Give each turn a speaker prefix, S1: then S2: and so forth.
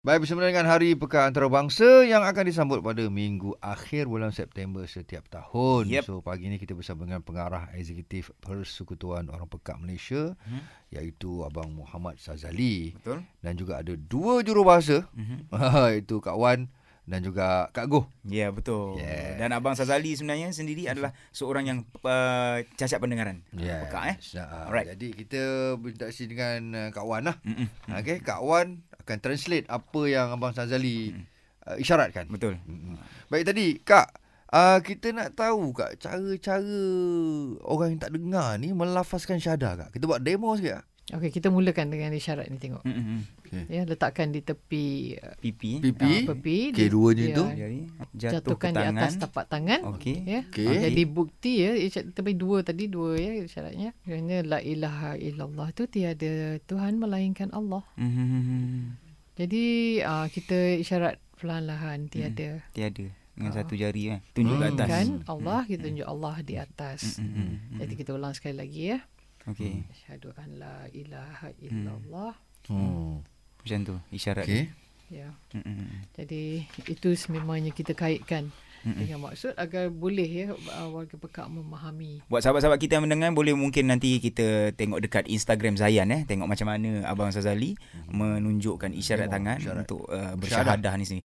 S1: Baik, bersama dengan Hari Pekan Antarabangsa yang akan disambut pada minggu akhir bulan September setiap tahun.
S2: Yep.
S1: So, pagi ini kita bersama dengan pengarah eksekutif Persekutuan Orang Pekat Malaysia
S2: Mhm.
S1: hmm. iaitu Abang Muhammad Sazali
S2: Betul.
S1: dan juga ada dua jurubahasa
S2: Mhm.
S1: itu Kak Wan dan juga Kak Goh.
S2: Ya, yeah, betul.
S1: Yes.
S2: Dan Abang Sazali sebenarnya sendiri adalah seorang yang uh, cacat pendengaran.
S1: Yes.
S2: Pekak eh.
S1: Nah, ah,
S2: Alright.
S1: Jadi kita berinteraksi dengan uh, Kak Wan lah.
S2: Mm-mm.
S1: Okey, Kak Wan akan translate apa yang Abang Sazali
S2: Mhm.
S1: uh, isyaratkan.
S2: Betul.
S1: Mm-mm. Mm-hmm. Baik tadi, Kak, uh, kita nak tahu Kak, cara-cara orang yang tak dengar ni melafazkan syahadah Kak. Kita buat demo sikit Kak.
S3: Okey, kita mulakan dengan isyarat ni tengok.
S2: Mm-mm.
S3: Ya, letakkan di tepi uh,
S2: Pipi.
S1: Pipi,
S3: Ah, pipi.
S1: keduanya
S3: Ya.
S1: tu.
S2: Jari. Jatuh ke
S3: jatuhkan di
S2: tangan.
S3: atas tapak tangan.
S2: Okey.
S3: Ya.
S1: Okey.
S3: Okay. Jadi bukti ya, isyarat- tapi dua tadi dua ya isyaratnya. Kerana la ilaha illallah tu tiada Tuhan melainkan Allah.
S2: Mhm.
S3: Jadi uh, kita isyarat perlahan-lahan tiada.
S2: Tiada. Dengan satu jari kan. Tunjuk ke atas.
S3: Ah. Kan Allah
S2: Hmm.
S3: kita tunjuk Allah di atas.
S1: Hmm,
S3: Jadi kita ulang sekali lagi ya.
S2: Okey.
S3: Asyhadu an la ilaha illallah.
S1: Hmm.
S2: Macam tu isyarat. dia.
S1: Okey.
S3: Ya.
S2: Mm-mm.
S3: Jadi itu sememangnya kita kaitkan dengan maksud agar boleh ya uh, warga Pekak memahami.
S2: Buat sahabat-sahabat kita yang mendengar boleh mungkin nanti kita tengok dekat Instagram Zayan eh tengok macam mana abang Sazali menunjukkan isyarat tangan
S1: isyarat.
S2: untuk uh, bersyahadah ni sini.